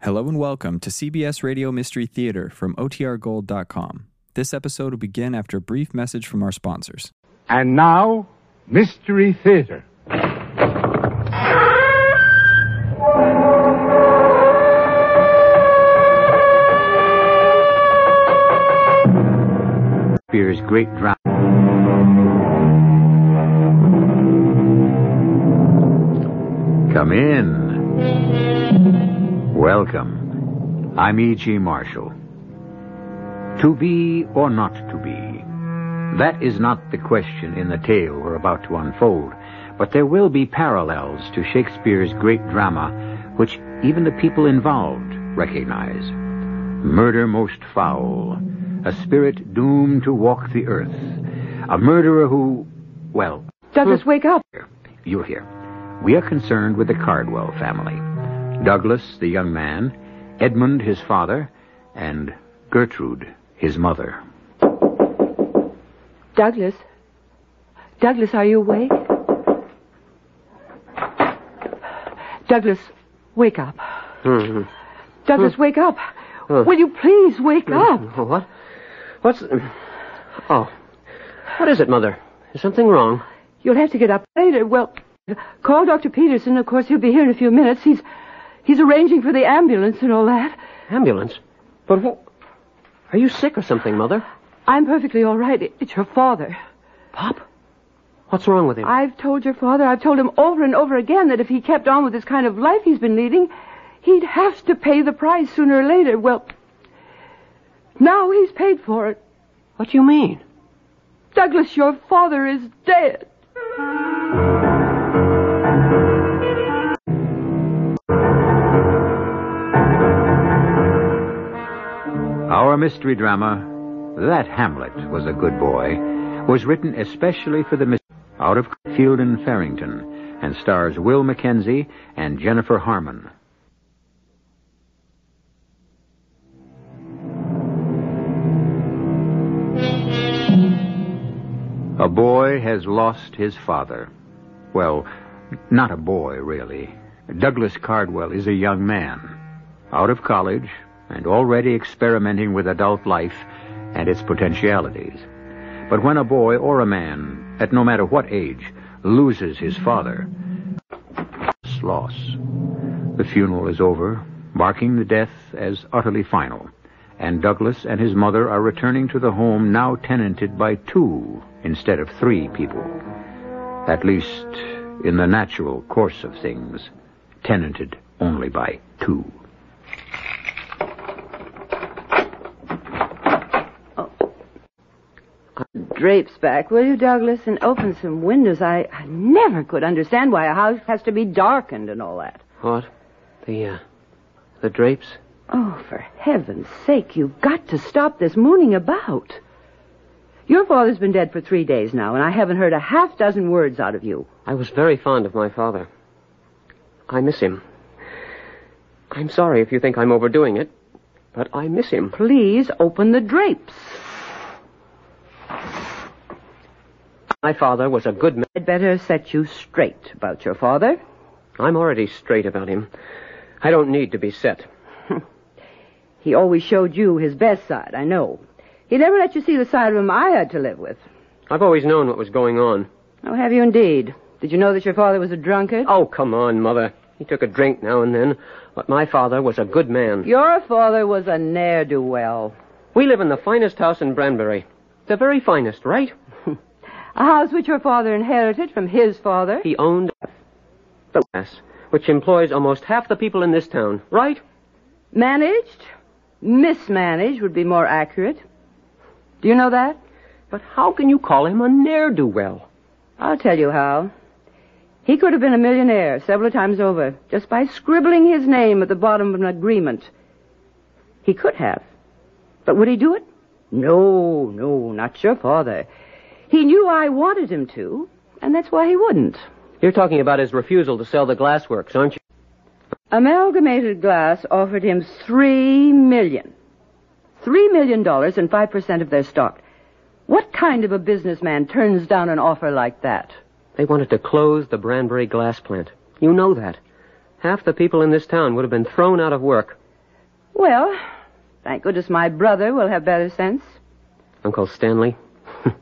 Hello and welcome to CBS Radio Mystery Theater from OTRGold.com. This episode will begin after a brief message from our sponsors. And now, Mystery Theater. Shakespeare's great drama. Come in. Welcome. I'm E.G. Marshall. To be or not to be, that is not the question in the tale we're about to unfold, but there will be parallels to Shakespeare's great drama which even the people involved recognize. Murder most foul, a spirit doomed to walk the earth, a murderer who, well, Douglas, wake up. you're here. We are concerned with the Cardwell family. Douglas, the young man, Edmund, his father, and Gertrude, his mother. Douglas. Douglas, are you awake? Douglas, wake up. Douglas, wake up. Will you please wake up? What? What's. Oh. What is it, Mother? Is something wrong? You'll have to get up later. Well, call Dr. Peterson. Of course, he'll be here in a few minutes. He's he's arranging for the ambulance and all that. Ambulance? But what? Are you sick or something, Mother? I'm perfectly all right. It- It's your father. Pop? What's wrong with him? I've told your father, I've told him over and over again that if he kept on with this kind of life he's been leading, he'd have to pay the price sooner or later. Well, now he's paid for it. What do you mean? Douglas, your father is dead. Our mystery drama, That Hamlet Was a Good Boy, was written especially for the mis- out of Field and Farrington and stars Will McKenzie and Jennifer Harmon. A boy has lost his father. Well, not a boy, really. Douglas Cardwell is a young man, out of college, and already experimenting with adult life and its potentialities. But when a boy or a man, at no matter what age, loses his father, it's loss. The funeral is over, marking the death as utterly final, and Douglas and his mother are returning to the home now tenanted by two instead of three people. At least, in the natural course of things, tenanted only by two. Drapes back, will you, Douglas? And open some windows. I, I never could understand why a house has to be darkened and all that. What? The, uh. The drapes? Oh, for heaven's sake, you've got to stop this mooning about. Your father's been dead for three days now, and I haven't heard a half dozen words out of you. I was very fond of my father. I miss him. I'm sorry if you think I'm overdoing it, but I miss him. Please open the drapes. My father was a good man. I'd better set you straight about your father. I'm already straight about him. I don't need to be set. He always showed you his best side, I know. He never let you see the side of him I had to live with. I've always known what was going on. Oh, have you indeed? Did you know that your father was a drunkard? Oh, come on, Mother. He took a drink now and then, but my father was a good man. Your father was a ne'er-do-well. We live in the finest house in Branbury. The very finest, right? A house which your father inherited from his father. He owned the West, which employs almost half the people in this town, right? Managed? Mismanaged would be more accurate. Do you know that? But how can you call him a ne'er-do-well? I'll tell you how. He could have been a millionaire several times over just by scribbling his name at the bottom of an agreement. He could have. But would he do it? No, no, not your father. He knew I wanted him to, and that's why he wouldn't. You're talking about his refusal to sell the glassworks, aren't you? Amalgamated Glass offered him three million. Three million dollars and five percent of their stock. What kind of a businessman turns down an offer like that? They wanted to close the Branbury glass plant. You know that. Half the people in this town would have been thrown out of work. Well, thank goodness my brother will have better sense. Uncle Stanley?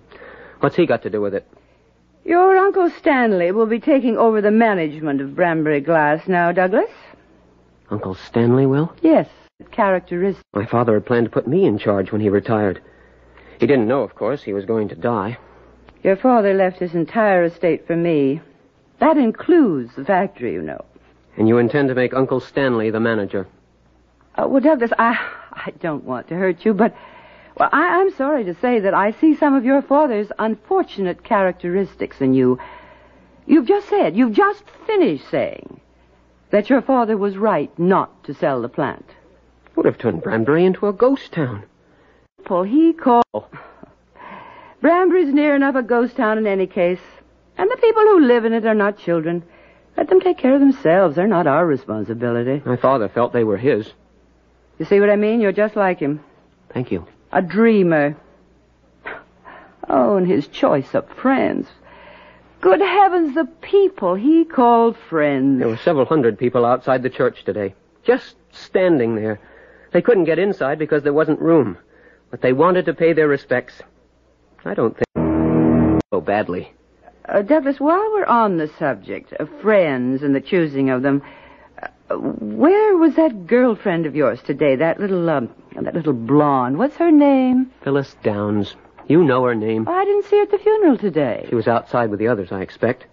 What's he got to do with it? Your Uncle Stanley will be taking over the management of Brambury Glass now, Douglas. Uncle Stanley will? Yes, characteristic. My father had planned to put me in charge when he retired. He didn't know, of course, he was going to die. Your father left his entire estate for me. That includes the factory, you know. And you intend to make Uncle Stanley the manager. Uh, well, Douglas, I, I don't want to hurt you, but, well, I, I'm sorry to say that I see some of your father's unfortunate characteristics in you. You've just said, you've just finished saying that your father was right not to sell the plant. Would have turned Branbury into a ghost town. Paul, he called. Brambury's near enough a ghost town in any case. And the people who live in it are not children. Let them take care of themselves. They're not our responsibility. My father felt they were his. You see what I mean? You're just like him. Thank you. A dreamer. Oh, and his choice of friends. Good heavens, the people he called friends. There were several hundred people outside the church today, just standing there. They couldn't get inside because there wasn't room, but they wanted to pay their respects. I don't think so badly. Uh, Douglas, while we're on the subject of friends and the choosing of them, uh, where was that girlfriend of yours today? That little, um, that little blonde. What's her name? Phyllis Downs, you know her name. Oh, I didn't see her at the funeral today. She was outside with the others, I expect.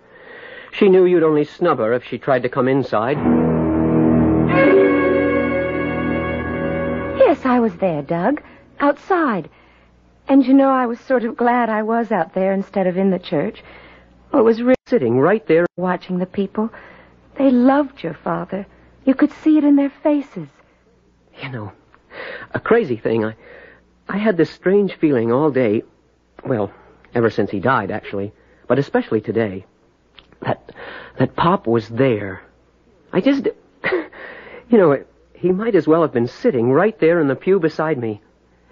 She knew you'd only snub her if she tried to come inside. Yes, I was there, Doug. Outside. And you know, I was sort of glad I was out there instead of in the church. It was really Sitting right there. watching the people. They loved your father. You could see it in their faces. You know, a crazy thing. I, I had this strange feeling all day. Well, ever since he died, actually, but especially today. That, that Pop was there. I just, you know, it, he might as well have been sitting right there in the pew beside me.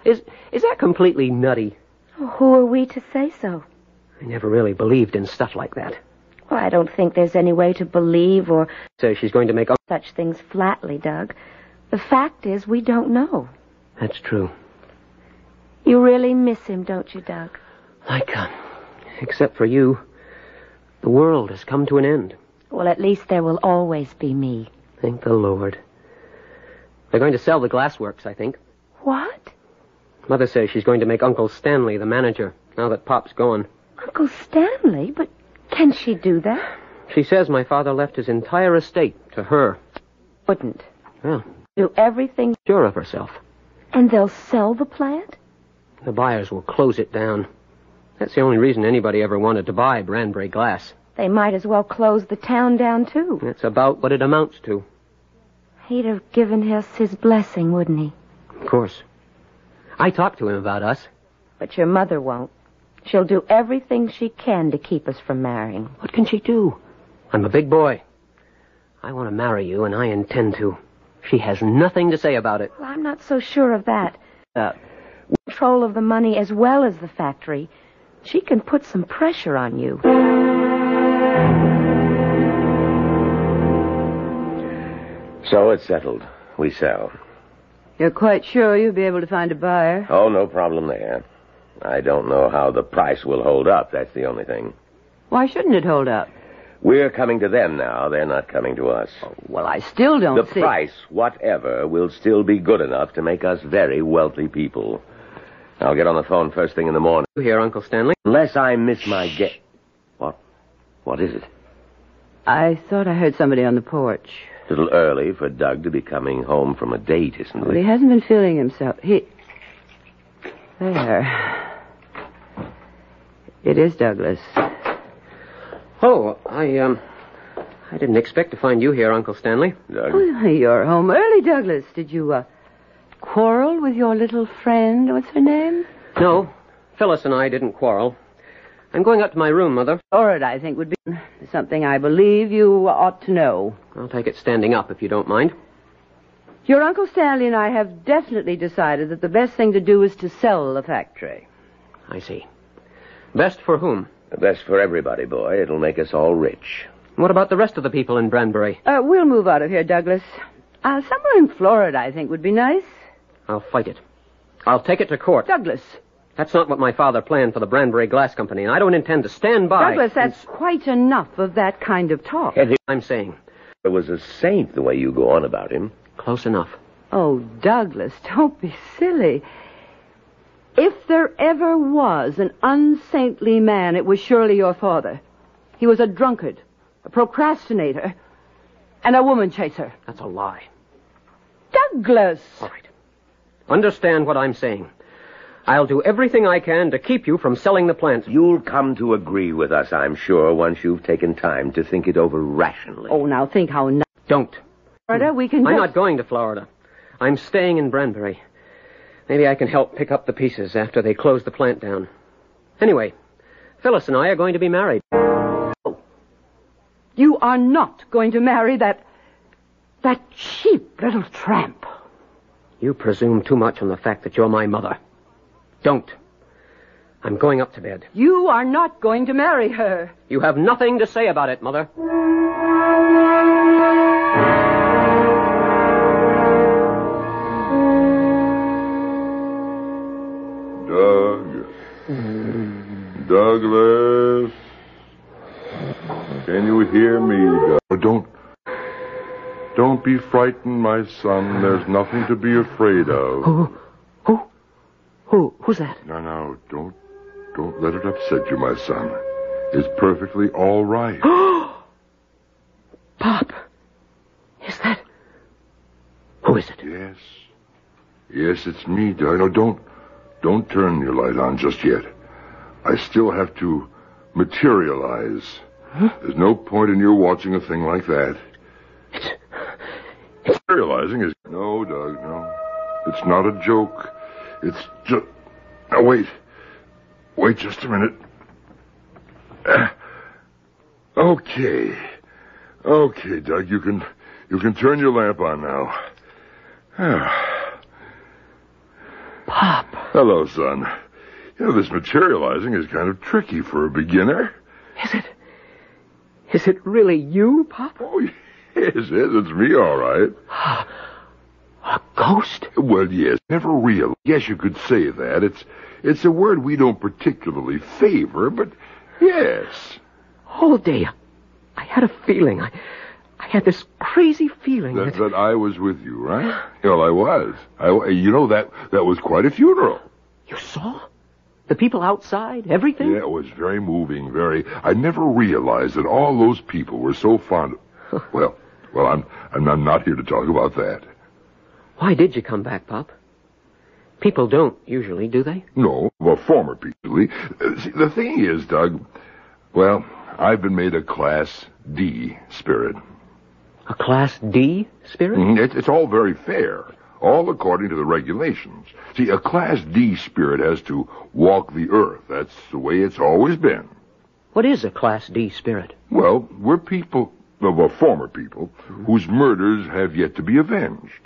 Is, is that completely nutty? Oh, Who are we to say so? I never really believed in stuff like that. Well, I don't think there's any way to believe or So she's going to make. Oh, such things flatly, Doug. The fact is, we don't know. that's true. You really miss him, don't you, Doug? Like, uh, except for you, the world has come to an end. Well, at least there will always be me. Thank the Lord. They're going to sell the glassworks, I think. What? Mother says she's going to make Uncle Stanley the manager, now that Pop's gone. Uncle Stanley? But can she do that? She says my father left his entire estate to her. Wouldn't. Well, Do everything, sure of herself. and they'll sell the plant? The buyers will close it down. That's the only reason anybody ever wanted to buy Branbury Glass. They might as well close the town down, too. That's about what it amounts to. He'd have given us his blessing, wouldn't he? Of course. I talked to him about us. But your mother won't. She'll do everything she can to keep us from marrying. What can she do? I'm a big boy. I want to marry you, and I intend to. She has nothing to say about it. Well, I'm not so sure of that. Uh, Control of the money as well as the factory. She can put some pressure on you. So it's settled. We sell. You're quite sure you'll be able to find a buyer? Oh, no problem there. I don't know how the price will hold up. That's the only thing. Why shouldn't it hold up? We're coming to them now. They're not coming to us. Well, I still don't the see. price, whatever, will still be good enough to make us very wealthy people. I'll get on the phone first thing in the morning. you here, Uncle Stanley? Unless I miss my get. What? What is it? I thought I heard somebody on the porch. little early for Doug to be coming home from a date, isn't Well, he it? hasn't been feeling himself. He. There. It is Douglas. Oh, I, um, I didn't expect to find you here, Uncle Stanley. Doug? Well, Oh, you're home early, Douglas. Did you, uh, quarrel with your little friend? What's her name? No, Phyllis and I didn't quarrel. I'm going up to my room, Mother. Or it, I think, would be something I believe you ought to know. I'll take it standing up, if you don't mind. Your Uncle Stanley and I have definitely decided that the best thing to do is to sell the factory. I see. Best for whom? Best for everybody, boy. It'll make us all rich. What about the rest of the people in Branbury? Uh, we'll move out of here, Douglas. Uh, somewhere in Florida, I think, would be nice. I'll fight it. I'll take it to court. Douglas. That's not what my father planned for the Branbury Glass Company, and I don't intend to stand by. Douglas, that's quite enough of that kind of talk. And he I'm saying. was a saint the way you go on about him. Close enough. Oh, Douglas, don't be silly. If there ever was an unsaintly man, it was surely your father. He was a drunkard, a procrastinator, and a woman chaser. That's a lie. Douglas! All right. Understand what I'm saying. I'll do everything I can to keep you from selling the plant. You'll come to agree with us, I'm sure, once you've taken time to think it over rationally. Oh, now think how nice. Don't. Florida, we can Hmm. I'm just... not going to Florida. I'm staying in Branbury. Maybe I can help pick up the pieces after they close the plant down. Anyway, Phyllis and I are going to be married. You are not going to marry that... that cheap little tramp. You presume too much on the fact that you're my mother. Don't. I'm going up to bed. You are not going to marry her. You have nothing to say about it, Mother. Doug. Douglas. Can you hear me, Doug? Oh, Don't. Don't be frightened, my son. There's nothing to be afraid of. Who? Who? Who? Who's that? No, no, don't, don't let it upset you, my son. It's perfectly all right. Pop. Is that? Who is it? yes, yes, it's me, Doug. No, don't, don't turn your light on just yet. I still have to materialize. There's no point in your watching a thing like that. It's Materializing is no, Doug. No, it's not a joke. It's just. Now wait, wait just a minute. Ah. Okay, okay, Doug. You can you can turn your lamp on now. Ah. Pop. Hello, son. You know this materializing is kind of tricky for a beginner. Is it? Is it really you, Pop? Oh, yes, yes, it's me, all right. A ghost? Well, yes, never real. Yes, you could say that. It's it's a word we don't particularly favor, but yes. All day, I had a feeling. I, I had this crazy feeling That, that, that I was with you, right? Well, I was. I, wa- you know that that was quite a funeral. you saw the people outside, everything. Yeah, it was very moving. Very. I never realized that all those people were so fond. Of, well, well, I'm I'm I'm not here to talk about that. Why did you come back, Pop? People don't usually, do they? No, well, former people. Uh, See, the thing is, Doug. Well, I've been made a class D spirit. A Class D spirit? Mhm. It, it's all very fair, all according to the regulations. See, a Class D spirit has to walk the earth. That's the way it's always been. What is a Class D spirit? Well, we're people, well, well former people, whose murders have yet to be avenged.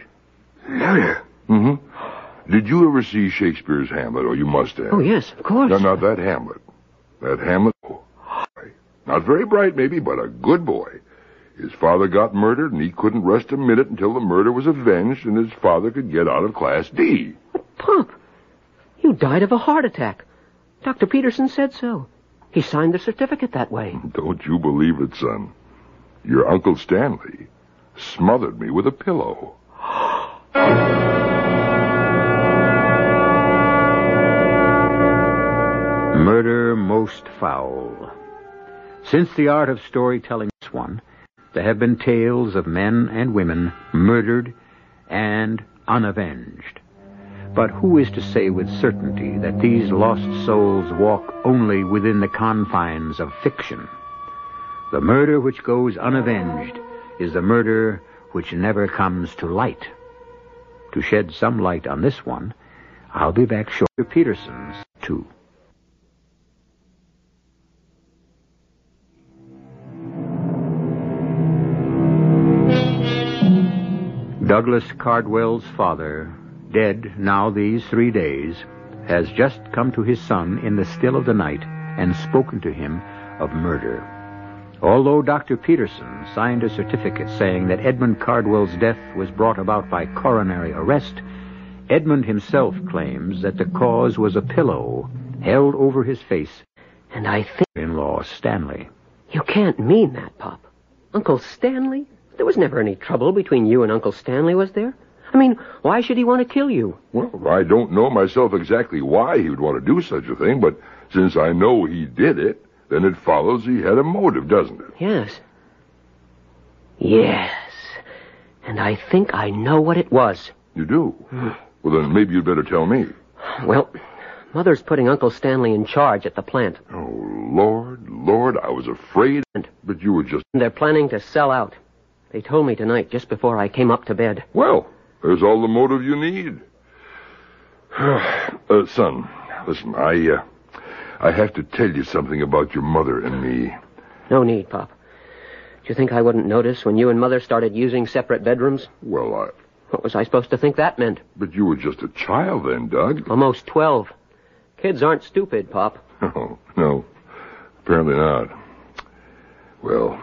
Yeah. Mm-hmm. Did you ever see Shakespeare's Hamlet, or you must have? Oh yes, of course. No, not that Hamlet. That Hamlet. oh, boy. Not very bright, maybe, but a good boy. His father got murdered, and he couldn't rest a minute until the murder was avenged and his father could get out of Class D. Pop, you died of a heart attack. Doctor Peterson said so. He signed the certificate that way. Don't you believe it, son? Your Uncle Stanley smothered me with a pillow. Murder most foul. Since the art of storytelling is one, there have been tales of men and women murdered and unavenged. But who is to say with certainty that these lost souls walk only within the confines of fiction? The murder which goes unavenged is the murder which never comes to light. To shed some light on this one, I'll be back shortly. to Peterson's, too. Douglas Cardwell's father, dead now these three days, has just come to his son in the still of the night and spoken to him of murder. Although Dr. Peterson signed a certificate saying that Edmund Cardwell's death was brought about by coronary arrest, Edmund himself claims that the cause was a pillow held over his face And I think in law Stanley. you can't mean that, Pop. Uncle Stanley? There was never any trouble between you and Uncle Stanley, was there? I mean, why should he want to kill you? Well, I don't know myself exactly why he would want to do such a thing, but since I know he did it, then it follows he had a motive, doesn't it? Yes. Yes. And I think I know what it was. You do. Well, then maybe you'd better tell me. Well, Mother's putting Uncle Stanley in charge at the plant. Oh, Lord, Lord, I was afraid, but you were just. They're planning to sell out. They told me tonight just before I came up to bed. Well, there's all the motive you need. uh, son, listen, I, uh, I have to tell you something about your mother and me. No need, Pop. Do you think I wouldn't notice when you and Mother started using separate bedrooms? Well, I. What was I supposed to think that meant? But you were just a child then, Doug. Almost 12. Kids aren't stupid, Pop. No, no, apparently not. Well,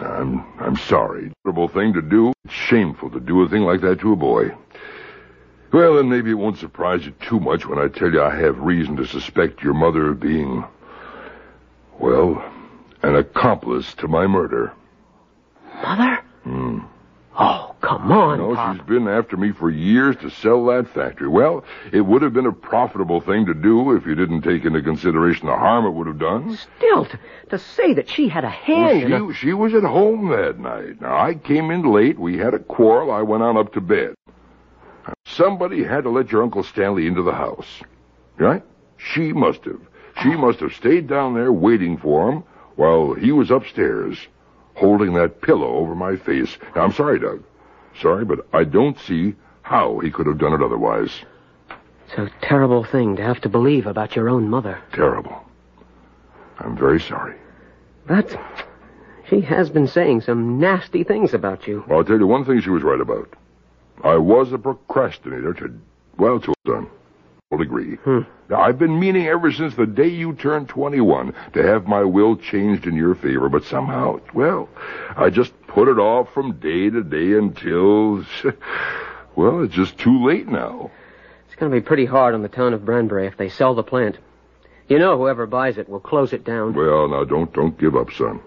I'm I'm sorry. Terrible thing to do. It's shameful to do a thing like that to a boy. Well, then maybe it won't surprise you too much when I tell you I have reason to suspect your mother of being, well, an accomplice to my murder. Mother? Oh, come on, No, Pop. she's been after me for years to sell that factory. Well, it would have been a profitable thing to do if you didn't take into consideration the harm it would have done. Still, to, to say that she had a Well, hand in a- she, she was at home that night. Now, I came in late. We had a quarrel. I went on up to bed. Somebody had to let your Uncle Stanley into the house. Right? She must have. She must have stayed down there waiting for him while he was upstairs holding that pillow over my face. Now, I'm sorry, Doug. Sorry, but I don't see how he could have done it otherwise. It's a terrible thing to have to believe about your own mother. Terrible. I'm very sorry. But she has been saying some nasty things about you. Well, I'll tell you one thing she was right about. I was a procrastinator to, well, to a done. Will agree. Now, I've been meaning ever since the day you turned 21 to have my will changed in your favor, but somehow, well, I just put it off from day to day until, well, it's just too late now. It's going to be pretty hard on the town of Branbury if they sell the plant. You know, whoever buys it will close it down. Well, now don't don't give up, son.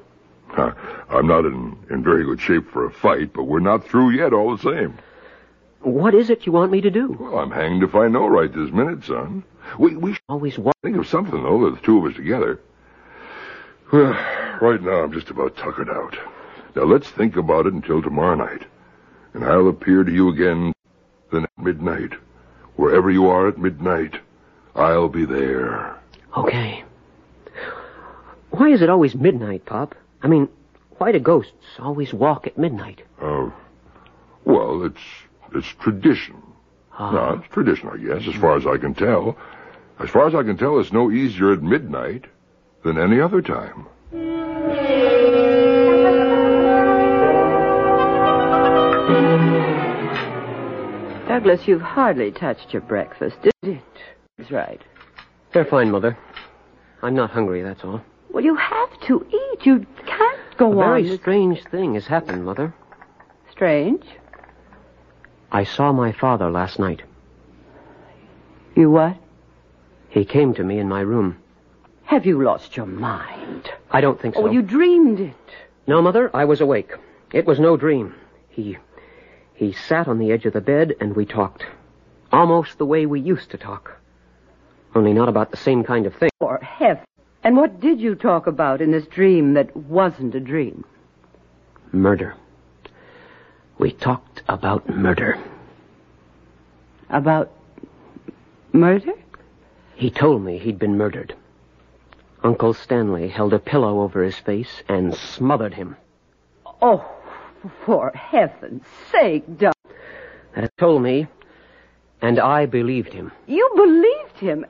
Huh, I'm not in in very good shape for a fight, but we're not through yet, all the same. What is it you want me to do? Well, I'm hanged if I know right this minute, son. We we Always wa- Think of something, though, that the two of us together. Well, right now I'm just about tuckered out. Now let's think about it until tomorrow night. And I'll appear to you again then at midnight. Wherever you are at midnight, I'll be there. Okay. Why is it always midnight, Pop? I mean, why do ghosts always walk at midnight? Oh. Well, it's it's tradition. No, it's tradition, I guess, as far as I can tell. As far as I can tell, it's no easier at midnight than any other time. Douglas, you've hardly touched your breakfast, is it? That's right. They're fine, Mother. I'm not hungry, that's all. Well, you have to eat. You can't go A on. very this- strange thing has happened, Mother. strange. I saw my father last night. You what? He came to me in my room. Have you lost your mind? I don't think so. Or Oh, you dreamed it? No, Mother, I was awake. It was no dream. He. He sat on the edge of the bed and we talked. Almost the way we used to talk. Only not about the same kind of thing. Or heaven? And what did you talk about in this dream that wasn't a dream? Murder. We talked about murder. About murder? He told me he'd been murdered. Uncle Stanley held a pillow over his face and smothered him. Oh, for heaven's sake, Doug. That told me, and I believed him. You believed him.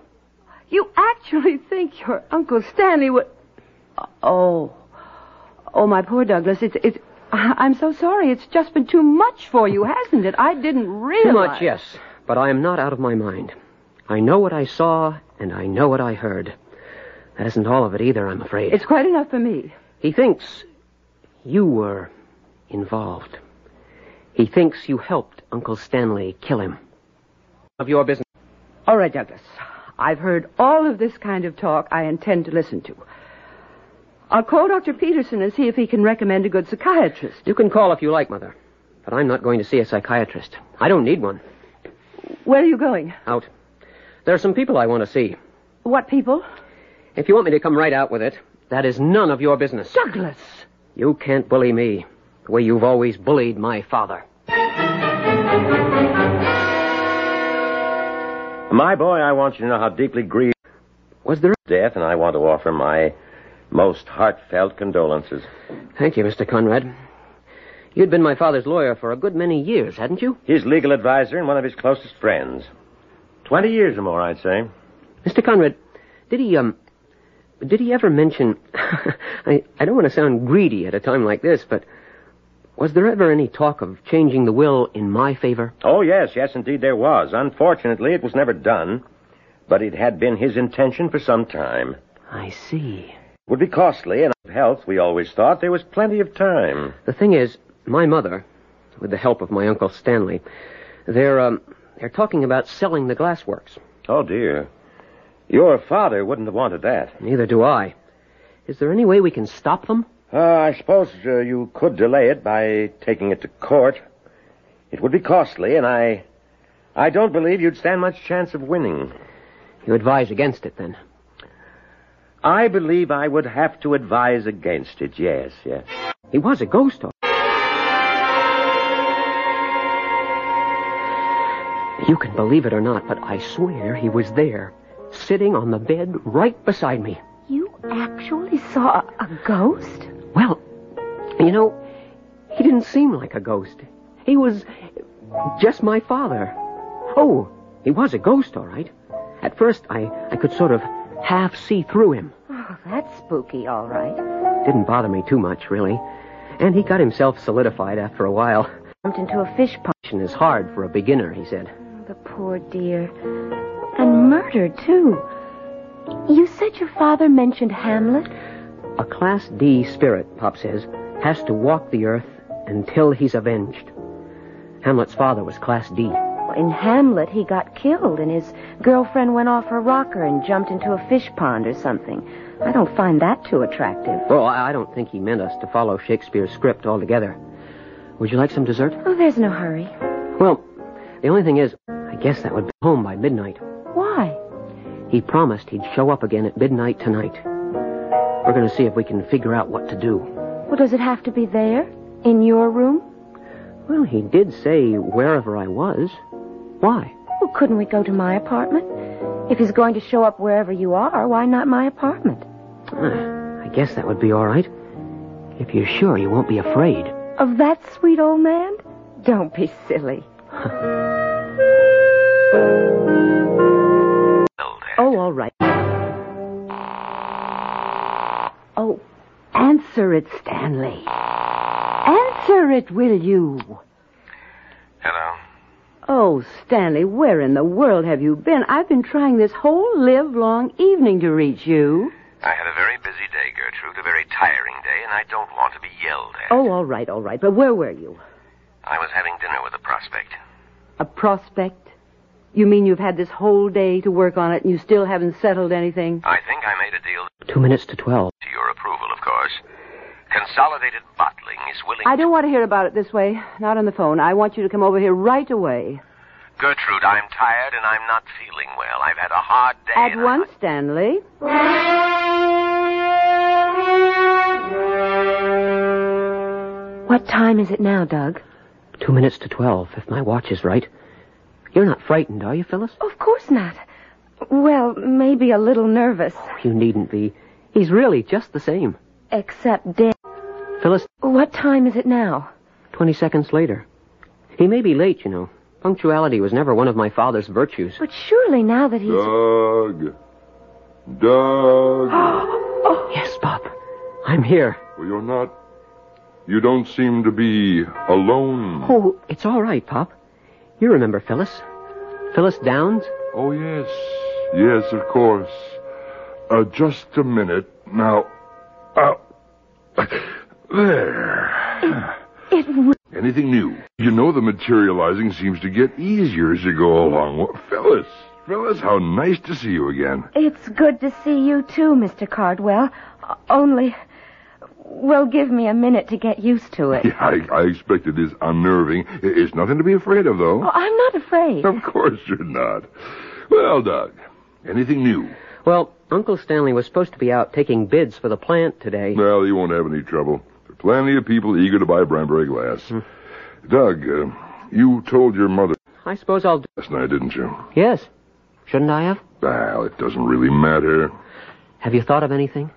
You actually think your Uncle Stanley would. Oh. Oh, my poor Douglas. It's. it's I- I'm so sorry. It's just been too much for you, hasn't it? I didn't realize. Too much, yes, but I am not out of my mind. I know what I saw, and I know what I heard. That isn't all of it either, I'm afraid. It's quite enough for me. He thinks you were involved. He thinks you helped Uncle Stanley kill him. Of your business. All right, Douglas. I've heard all of this kind of talk I intend to listen to. I'll call Dr. Peterson and see if he can recommend a good psychiatrist. You can call if you like, Mother. But I'm not going to see a psychiatrist. I don't need one. Where are you going? Out. There are some people I want to see. What people? If you want me to come right out with it, that is none of your business. Douglas! You can't bully me the way you've always bullied my father. My boy, I want you to know how deeply grieved Was there? death, and I want to offer my most heartfelt condolences. Thank you, Mr. Conrad. You'd been my father's lawyer for a good many years, hadn't you? His legal advisor and one of his closest friends. Twenty years or more, I'd say. Mr. Conrad, did he, um, did he ever mention. I, I don't want to sound greedy at a time like this, but was there ever any talk of changing the will in my favor? Oh, yes, yes, indeed there was. Unfortunately, it was never done, but it had been his intention for some time. It I see. would be costly, and of health, we always thought there was plenty of time. The thing is, my mother, with the help of my uncle Stanley, they're, um, they're talking about selling the glassworks. Oh, dear. Your father wouldn't have wanted that. Neither do I. Is there any way we can stop them? Uh, I suppose uh, you could delay it by taking it to court. It would be costly, and I. I don't believe you'd stand much chance of winning. You advise against it, then. I believe I would have to advise against it, yes, yes. He was a ghost. or- You can believe it or not, but I swear he was there, sitting on the bed right beside me. You actually saw a, a ghost? Well, you know, he didn't seem like a ghost. He was just my father. Oh, he was a ghost, all right. At first, I, I could sort of half see through him. Oh, that's spooky, all right. Didn't bother me too much, really. And he got himself solidified after a while. Jumped into a fish pond. Action is hard for a beginner, he said. The poor dear. And murdered, too. You said your father mentioned Hamlet? A Class D spirit, Pop says, has to walk the earth until he's avenged. Hamlet's father was Class D. In Hamlet, he got killed, and his girlfriend went off her rocker and jumped into a fish pond or something. I don't find that too attractive. Well, Oh, I I don't think he meant us to follow Shakespeare's script altogether. Would you like some dessert? Oh, there's no hurry. Well, the only thing is, I guess that would be home by midnight. Why? He promised he'd show up again at midnight tonight. We're going to see if we can figure out what to do. Well, does it have to be there? In your room? Well, he did say wherever I was. Why? Well, couldn't we go to my apartment? If he's going to show up wherever you are, why not my apartment? Ah, I guess that would be all right. If you're sure you won't be afraid. Of that sweet old man? Don't be silly. Oh, all right. Oh, answer it, Stanley. Answer it, will you? Hello. Oh, Stanley, where in the world have you been? I've been trying this whole live long evening to reach you. I had a very busy day, Gertrude, a very tiring day, and I don't want to be yelled at. Oh, all right, all right. But where were you? I was having dinner with a prospect. A prospect? You mean you've had this whole day to work on it and you still haven't settled anything? I think I made a deal Two minutes to twelve. to your approval, of course. Consolidated Bottling is willing. I don't want to hear about it this way. Not on the phone. I want you to come over here right away. Gertrude, I'm tired and I'm not feeling well. I've had a hard day. At and I- once, Stanley. What time is it now, Doug? Two minutes to twelve, if my watch is right. You're not frightened, are you, Phyllis? Of course not. Well, maybe a little nervous. You needn't be. He's really just the same. Except dead. Phyllis, What time is it now? 20 seconds later. He may be late, you know. Punctuality was never one of my father's virtues. But surely now that he's. Doug. Doug. Yes, Bob. I'm here. well, you're not. You don't seem to be alone. Oh, it's all right, Pop. You remember Phyllis. Phyllis Downs? Oh, yes. Yes, of course. Uh, just a minute. Now, uh, There. Anything new? You know the materializing seems to get easier as you go along. Well, fellas, fellas, how nice to see you again. It's good to see you too, Mr. Cardwell. O- Only, well, give me a minute to get used to it. Yeah, I, I expect it is unnerving. I- It's nothing to be afraid of, though. Oh, I'm not afraid. Of course you're not. Well, Doug, anything new? Well, Uncle Stanley was supposed to be out taking bids for the plant today. Well, you won't have any trouble. There are plenty of people eager to buy Brambury glass. Doug, uh, you told your mother I suppose I'll. Do... last night, didn't you? Yes. Shouldn't I have? Well, it doesn't really matter. Have you thought of anything?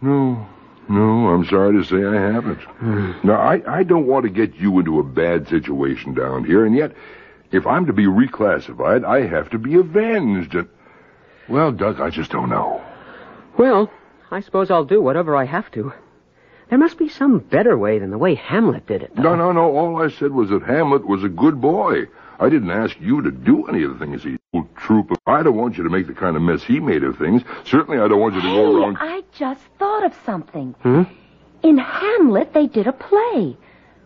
No, Hmm. no, I'm sorry to say I haven't. now, I, I don't want to get you into a bad situation down here, and yet, if I'm to be reclassified, I have to be avenged. And, well, Doug, I just don't know. Well, I suppose I'll do whatever I have to. There must be some better way than the way Hamlet did it. No, no, no. All I said was that Hamlet was a good boy. I didn't ask you to do any of the things he old troop. of- I don't want you to make the kind of mess he made of things. Certainly, I don't want you to go Hey, around. I just thought of something. Hmm? In Hamlet, they did a play.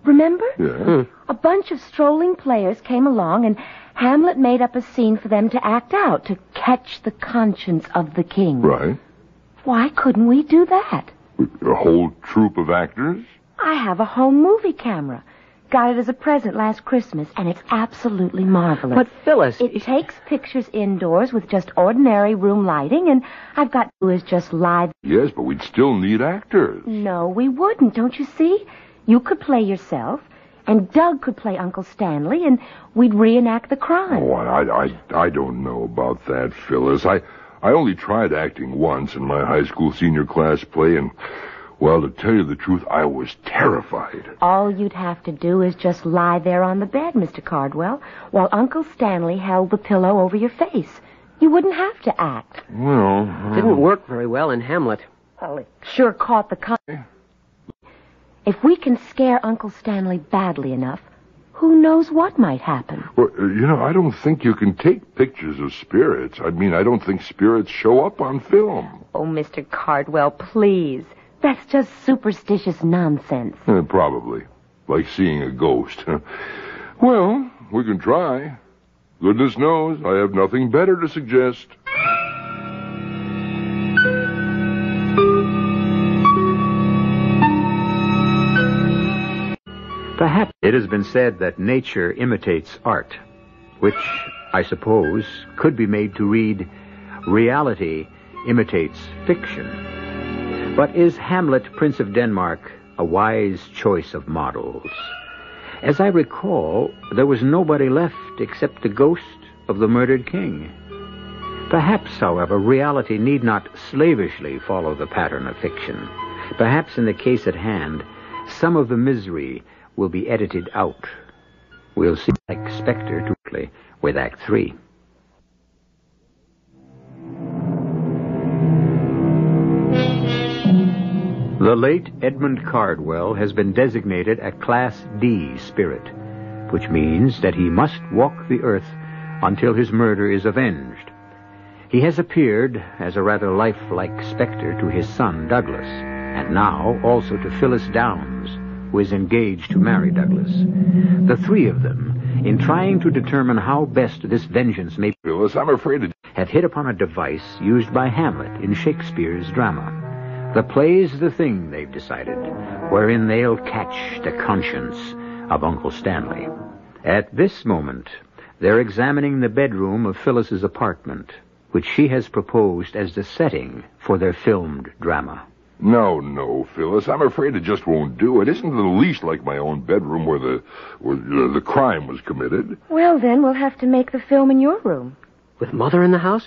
Remember? Yeah. A bunch of strolling players came along, and Hamlet made up a scene for them to act out to catch the conscience of the king. Right. Why couldn't we do that? A whole troop of actors. I have a home movie camera. Got it as a present last Christmas, and it's absolutely marvelous. But Phyllis, It takes pictures indoors with just ordinary room lighting, and I've got viewers just live. Yes, but we'd still need actors. No, we wouldn't, don't you see? You could play yourself, and Doug could play Uncle Stanley, and we'd reenact the crime. Oh, I, I, I don't know about that, Phyllis. I, I only tried acting once in my high school senior class play, and, well, to tell you the truth, I was terrified. All you'd have to do is just lie there on the bed, Mr. Cardwell, while Uncle Stanley held the pillow over your face. You wouldn't have to act. Well, it didn't work very well in Hamlet. Well, it sure caught the con. If we can scare Uncle Stanley badly enough, who knows what might happen? Well, uh, you know, I don't think you can take pictures of spirits. I mean, I don't think spirits show up on film. Oh, Mr. Cardwell, please. That's just superstitious nonsense. Eh, probably. Like seeing a ghost. well, we can try. Goodness knows, I have nothing better to suggest. Perhaps. It has been said that nature imitates art, which, I suppose, could be made to read, reality imitates fiction. But is Hamlet, Prince of Denmark, a wise choice of models? As I recall, there was nobody left except the ghost of the murdered king. Perhaps, however, reality need not slavishly follow the pattern of fiction. Perhaps in the case at hand, some of the misery will be edited out. We'll see like Spectre directly with Act Three. The late Edmund Cardwell has been designated a Class D spirit, which means that he must walk the earth until his murder is avenged. He has appeared as a rather lifelike specter to his son, Douglas, and now also to Phyllis Downs, who is engaged to marry Douglas. The three of them, in trying to determine how best this vengeance may Phyllis, I'm afraid it. have hit upon a device used by Hamlet in Shakespeare's drama. The play's the thing, they've decided, wherein they'll catch the conscience of Uncle Stanley. At this moment, they're examining the bedroom of Phyllis's apartment, which she has proposed as the setting for their filmed drama. No, no, Phyllis, I'm afraid it just won't do. It isn't the least like my own bedroom where the where uh, the crime was committed. Well, then, we'll have to make the film in your room. With Mother in the house?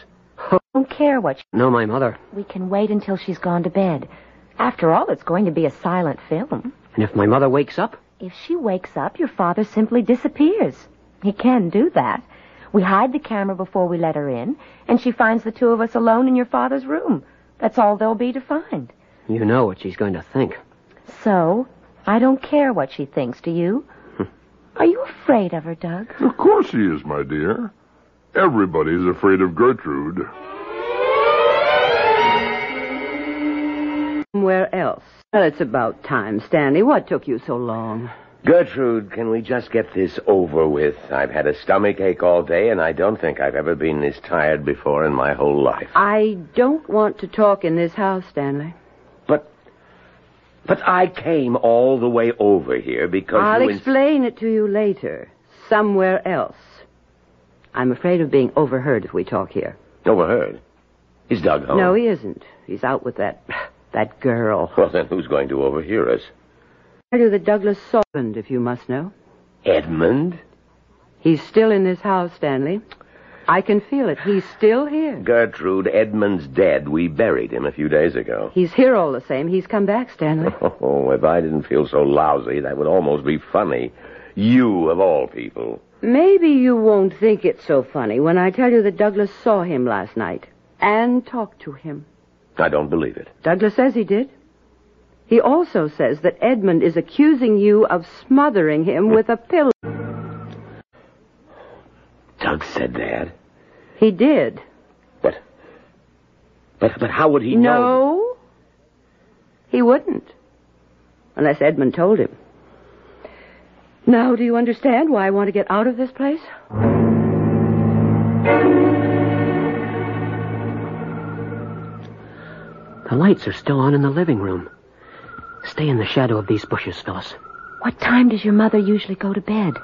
Don't care what. She- No, my mother. we can wait until she's gone to bed. After all, it's going to be a silent film. And if my mother wakes up? If she wakes up, your father simply disappears. He can do that. We hide the camera before we let her in, and she finds the two of us alone in your father's room. That's all there'll be to find. You know what she's going to think. So, I don't care what she thinks, do you? Are you afraid of her, Doug? Of course he is, my dear. Everybody's afraid of Gertrude. Somewhere else. Well, it's about time, Stanley. What took you so long? Gertrude, can we just get this over with? I've had a stomach ache all day, and I don't think I've ever been this tired before in my whole life. I don't want to talk in this house, Stanley. But. But I came all the way over here because I'll you. ins- explain it to you later, somewhere else. I'm afraid of being overheard if we talk here. Overheard. Is Doug home? No, he isn't. He's out with that that girl. Well, then who's going to overhear us? I do the Douglas Sovereign, if you must know. Edmund? He's still in this house, Stanley. I can feel it. He's still here. Gertrude, Edmund's dead. We buried him a few days ago. He's here all the same. He's come back, Stanley. Oh, if I didn't feel so lousy, that would almost be funny. You, of all people. Maybe you won't think it so funny when I tell you that Douglas saw him last night and talked to him. I don't believe it. Douglas says he did. He also says that Edmund is accusing you of smothering him with a pillow. Doug said that. He did. But, but, but how would he know? No. He wouldn't. Unless Edmund told him. Now, do you understand why I want to get out of this place? The lights are still on in the living room. Stay in the shadow of these bushes, Phyllis. What time does your mother usually go to bed?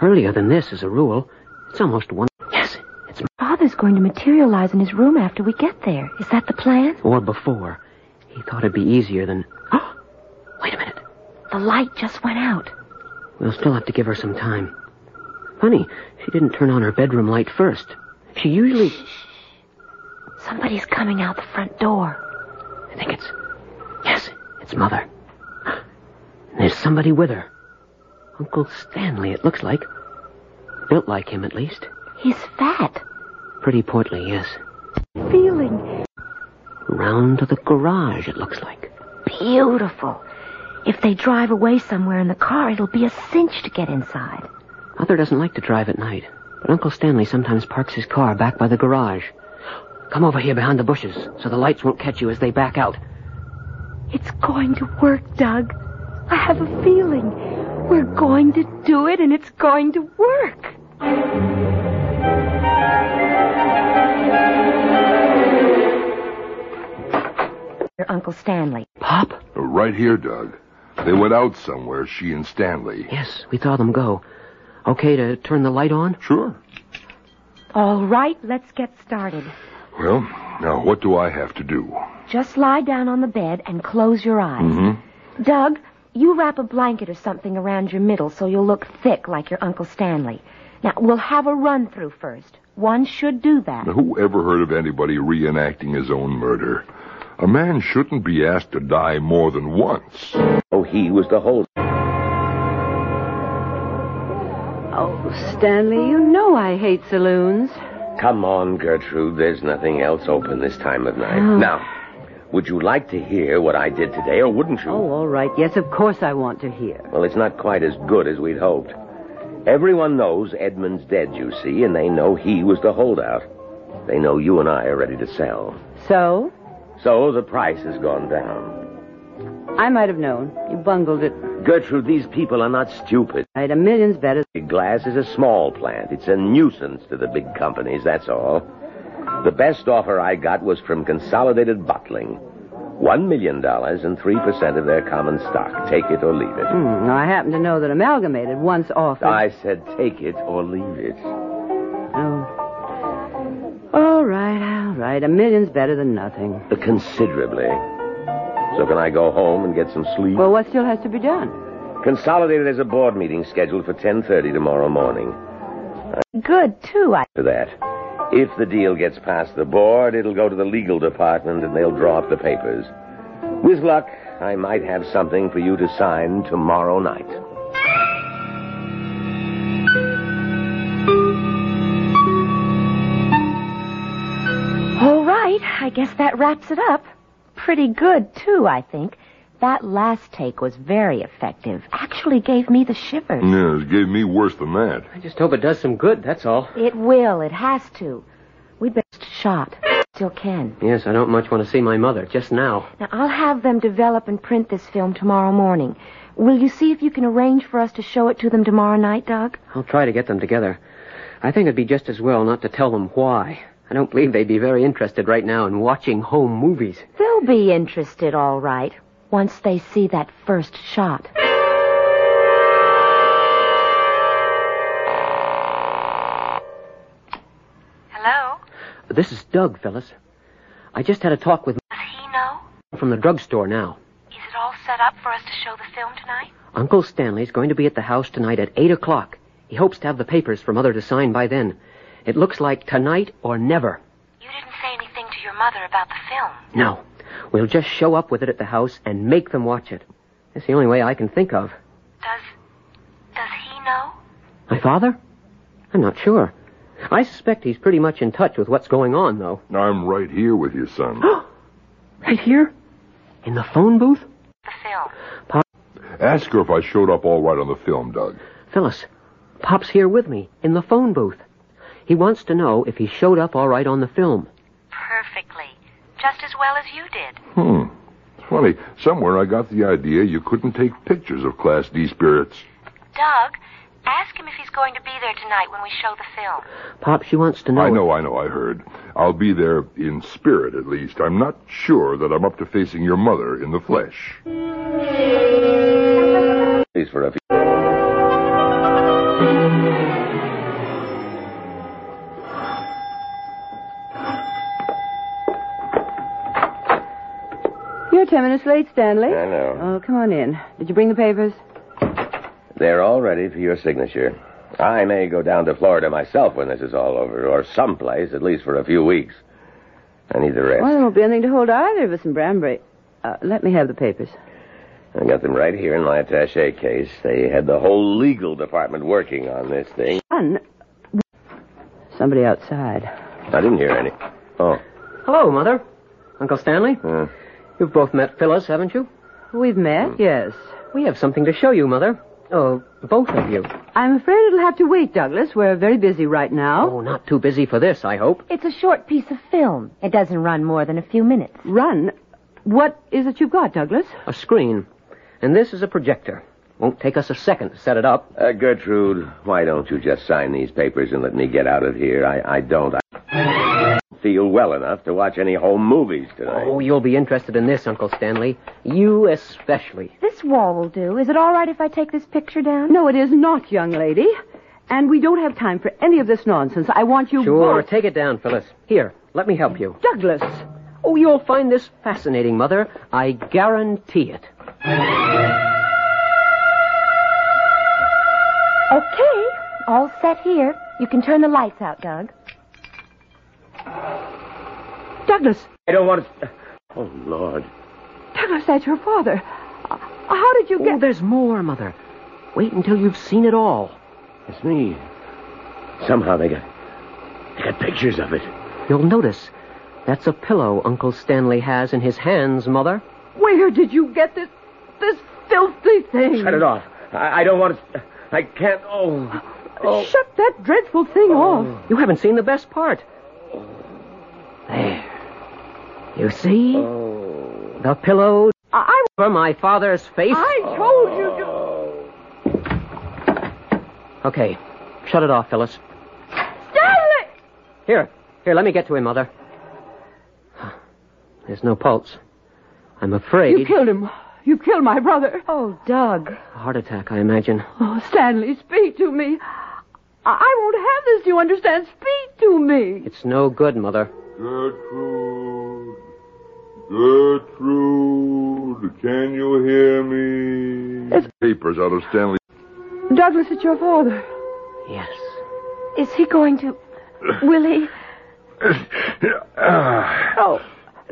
Earlier than this is a rule. It's almost one. Yes, it's Father's going to materialize in his room after we get there. Is that the plan? or before. He thought it'd be easier than. Wait a minute. The light just went out. We'll still have to give her some time. Funny, she didn't turn on her bedroom light first. She usually. Somebody's coming out the front door. I think it's. Yes, it's Mother. There's somebody with her. Uncle Stanley, it looks like. Built like him, at least. He's fat. Pretty portly, yes. Feeling Round to the garage, it looks like. beautiful. If they drive away somewhere in the car, it'll be a cinch to get inside. Mother doesn't like to drive at night, but Uncle Stanley sometimes parks his car back by the garage. Come over here behind the bushes so the lights won't catch you as they back out. It's going to work, Doug. I have a feeling. We're going to do it and it's going to work. Your Uncle Stanley. Pop? Uh, Right here, Doug. They went out somewhere, she and Stanley. Yes, we saw them go. Okay to turn the light on? Sure. All right, let's get started. Well, now what do I have to do? Just lie down on the bed and close your eyes. Doug, you wrap a blanket or something around your middle so you'll look thick like your Uncle Stanley. Now, we'll have a run through first. One should do that. Now, who ever heard of anybody reenacting his own murder? A man shouldn't be asked to die more than once. Oh, he was the whole. Oh, Stanley, you know I hate saloons. Come on, Gertrude. There's nothing else open this time of night. Now, would you like to hear what I did today, or wouldn't you? Oh, all right. Yes, of course I want to hear. Well, it's not quite as good as we'd hoped. Everyone knows Edmund's dead, you see, and they know he was the holdout. They know you and I are ready to sell. So, So the price has gone down. I might have known. You bungled it. Gertrude, these people are not stupid. I had a million's better. Big Glass is a small plant. It's a nuisance to the big companies, that's all. The best offer I got was from Consolidated Bottling. One million dollars and three percent of their common stock. Take it or leave it. Hmm, now, I happen to know that Amalgamated once offered. I said take it or leave it. Oh. All right, all right. A million's better than nothing. Considerably. So can I go home and get some sleep? Well, what still has to be done? Consolidated has a board meeting scheduled for 10.30 tomorrow morning. Good, too. I... To that. If the deal gets past the board, it'll go to the legal department and they'll draw up the papers. With luck, I might have something for you to sign tomorrow night. All right, I guess that wraps it up. Pretty good, too, I think. That last take was very effective. Actually gave me the shivers. Yes, gave me worse than that. I just hope it does some good, that's all. It will. It has to. We best shot. still can. Yes, I don't much want to see my mother just now. Now, I'll have them develop and print this film tomorrow morning. Will you see if you can arrange for us to show it to them tomorrow night, Doug? I'll try to get them together. I think it'd be just as well not to tell them why. I don't believe they'd be very interested right now in watching home movies. They'll be interested, all right, once they see that first shot. Hello? This is Doug, fellas. I just had a talk with Does he know? from the drugstore now. Is it all set up for us to show the film tonight? Uncle Stanley's going to be at the house tonight at 8 o'clock. He hopes to have the papers for Mother to sign by then. It looks like tonight or never. You didn't say anything to your mother about the film. No. We'll just show up with it at the house and make them watch it. It's the only way I can think of. Does. Does he know? My father? I'm not sure. I suspect he's pretty much in touch with what's going on, though. I'm right here with you, son. Right here? In the phone booth? The film. Ask her if I showed up all right on the film, Doug. Phyllis, Pop's here with me, in the phone booth. He wants to know if he showed up all right on the film. Perfectly. Just as well as you did. Hmm. It's funny. Somewhere I got the idea you couldn't take pictures of Class D spirits. Doug, ask him if he's going to be there tonight when we show the film. Pop, she wants to know. I know, I know, I heard. I'll be there in spirit, at least. I'm not sure that I'm up to facing your mother in the flesh. Please for a few. You're ten minutes late, Stanley. I know. Oh, come on in. Did you bring the papers? They're all ready for your signature. I may go down to Florida myself when this is all over, or someplace, at least for a few weeks. I need the rest. Well, there won't be anything to hold either of us in Branbury. Uh, let me have the papers. I got them right here in my attache case. They had the whole legal department working on this thing. Son, somebody outside. I didn't hear any. Oh, Hello, Mother. Uncle Stanley? uh, You've both met Phyllis, haven't you? We've Hmm. met, yes. We have something to show you, Mother. Oh, both of you. I'm afraid it'll have to wait, Douglas. We're very busy right now. Oh, not too busy for this, I hope. It's a short piece of film. It doesn't run more than a few minutes. Run. What is it you've got, Douglas? A screen. And this is a projector. Won't take us a second to set it up. uh, Gertrude, why don't you just sign these papers and let me get out of here? I, I don't. I feel well enough to watch any home movies tonight. Oh, you'll be interested in this, Uncle Stanley. You especially. This wall will do. Is it all right if I take this picture down? No, it is not, young lady. And we don't have time for any of this nonsense. I want you Sure, both- take it down, Phyllis. Here, let me help you. Douglas. Oh, you'll find this fascinating, Mother. I guarantee it. Okay. All set here. You can turn the lights out, Doug. Douglas. I don't want to. Oh, Lord. Douglas, that's your father. Uh, How did you Oh, get... there's more, Mother. Wait until you've seen it all. It's me. Somehow they got. They got pictures of it. You'll notice that's a pillow Uncle Stanley has in his hands, Mother. Where did you get this... this filthy thing? Shut it off. I, I don't want to. I can't. Oh. Oh. Shut that dreadful thing off. You haven't seen the best part. There. You see? The pillow I, over my father's face. Oh. I told you to... Okay, shut it off, Phyllis. Stanley! Here, here, let me get to him, Mother. There's no pulse. I'm afraid. You killed him. You killed my brother. Oh, Doug. A heart attack, I imagine. Oh, Stanley, speak to me. I, I won't have this, you understand? Speak to me. It's no good, Mother. Gertrude. Gertrude, can you hear me? It's- Papers out of Stanley. Douglas, it's your father. Yes. Is he going to. Will he? No.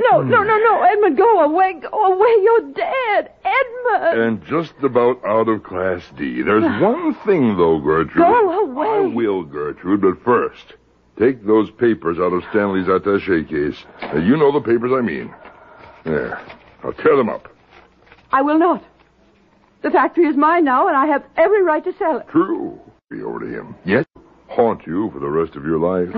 No, no, no, no. Edmund, go away. Go away. You're dead. Edmund. And just about out of Class D. There's one thing, though, Gertrude. Go away. I will, Gertrude, but first, take those papers out of Stanley's attache case. Now, you know the papers I mean. There. Now tear them up. I will not. The factory is mine now, and I have every right to sell it. Ah. True. Be over to him. Yes. Haunt you for the rest of your life.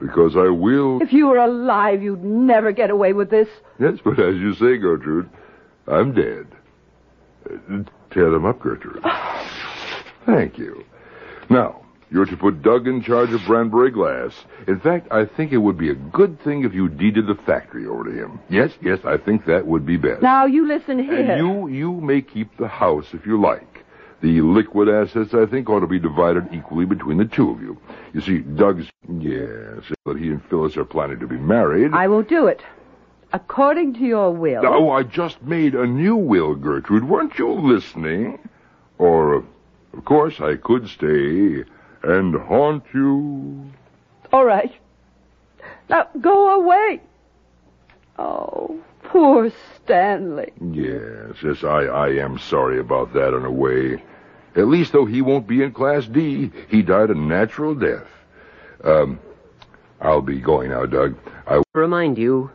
Because I will. If you were alive, you'd never get away with this. Yes, but as you say, Gertrude, I'm dead. Uh, Tear them up, Gertrude. Thank you. Now, you're to put Doug in charge of Branbury Glass. In fact, I think it would be a good thing if you deeded the factory over to him. Yes, yes, I think that would be best. Now, you listen here. And you you may keep the house if you like. The liquid assets, I think, ought to be divided equally between the two of you. You see, Doug's yes, but he and Phyllis are planning to be married. I won't do it. According to your will. Oh, I just made a new will, Gertrude. Weren't you listening? Or, of course, I could stay and haunt you. All right. Now, go away. Oh, poor Stanley. Yes, yes, I, I am sorry about that in a way. At least, though, he won't be in Class D. He died a natural death. Um, I'll be going now, Doug. I Remind you,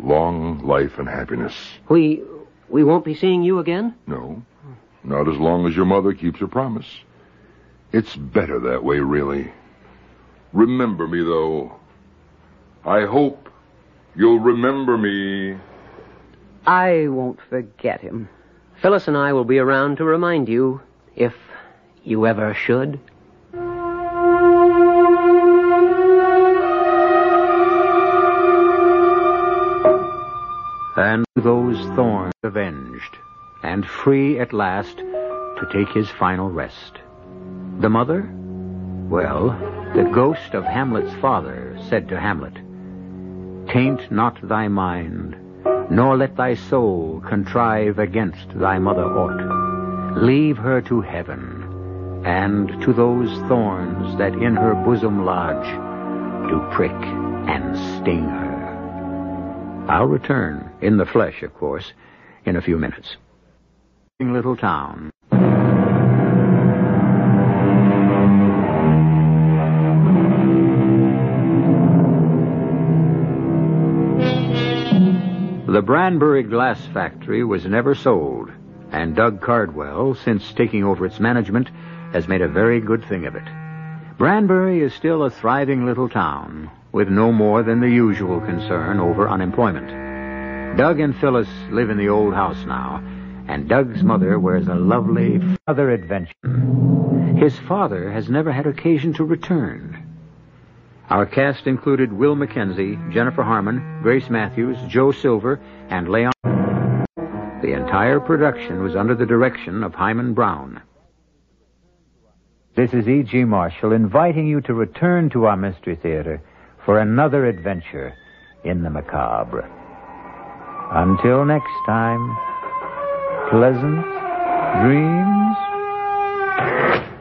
long life and happiness. we we won't be seeing you again. No, not as long as your mother keeps her promise. It's better that way, really. Remember me, though. I hope you'll remember me. I won't forget him. Phyllis and I will be around to remind you if you ever should. And those thorns avenged, and free at last to take his final rest. The mother? Well, the ghost of Hamlet's father said to Hamlet, Taint not thy mind, nor let thy soul contrive against thy mother aught. Leave her to heaven, and to those thorns that in her bosom lodge, do prick and sting her. I'll return, in the flesh, of course, in a few minutes. Little town. The Branbury Glass Factory was never sold, and Doug Cardwell, since taking over its management, has made a very good thing of it. Branbury is still a thriving little town, with no more than the usual concern over unemployment. Doug and Phyllis live in the old house now, and Doug's mother wears a lovely father adventure. His father has never had occasion to return. Our cast included Will McKenzie, Jennifer Harmon, Grace Matthews, Joe Silver, and Leon. The entire production was under the direction of Hyman Brown. This is E.G. Marshall inviting you to return to our Mystery Theater for another adventure in the macabre. Until next time, pleasant dreams.